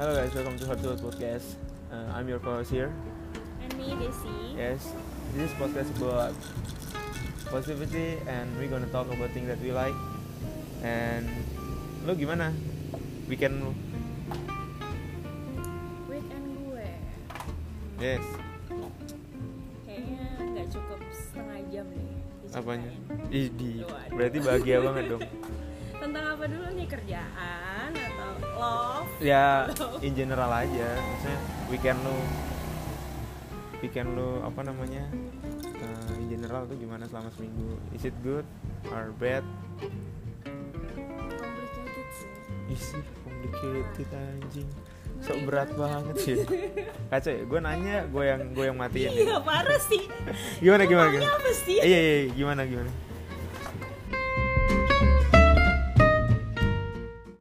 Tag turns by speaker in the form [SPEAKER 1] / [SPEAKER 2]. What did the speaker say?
[SPEAKER 1] Hello guys, welcome to Hard Tools Podcast. Uh, I'm your co-host here.
[SPEAKER 2] And me, Desi.
[SPEAKER 1] Yes, this is podcast about positivity and we're gonna talk about things that we like. And lo gimana? Weekend lo?
[SPEAKER 2] Weekend gue
[SPEAKER 1] Yes.
[SPEAKER 2] kayaknya nggak cukup setengah jam nih. diceritain.
[SPEAKER 1] Apanya? Ih, di.
[SPEAKER 2] Waduh.
[SPEAKER 1] Berarti bahagia banget dong.
[SPEAKER 2] Tentang apa dulu nih kerjaan atau love?
[SPEAKER 1] Ya, in general aja. Maksudnya weekend lo weekend lo apa namanya? Uh, in general tuh gimana selama seminggu? Is it good or bad?
[SPEAKER 2] Complicated sih.
[SPEAKER 1] isi complicated anjing sok
[SPEAKER 2] Ngeri
[SPEAKER 1] berat banget sih kacau ya gue nanya gue yang gue yang matiin ya
[SPEAKER 2] Iya parah sih.
[SPEAKER 1] gimana gimana
[SPEAKER 2] Emangnya
[SPEAKER 1] gimana
[SPEAKER 2] apa sih?
[SPEAKER 1] iya iya iya, gimana gimana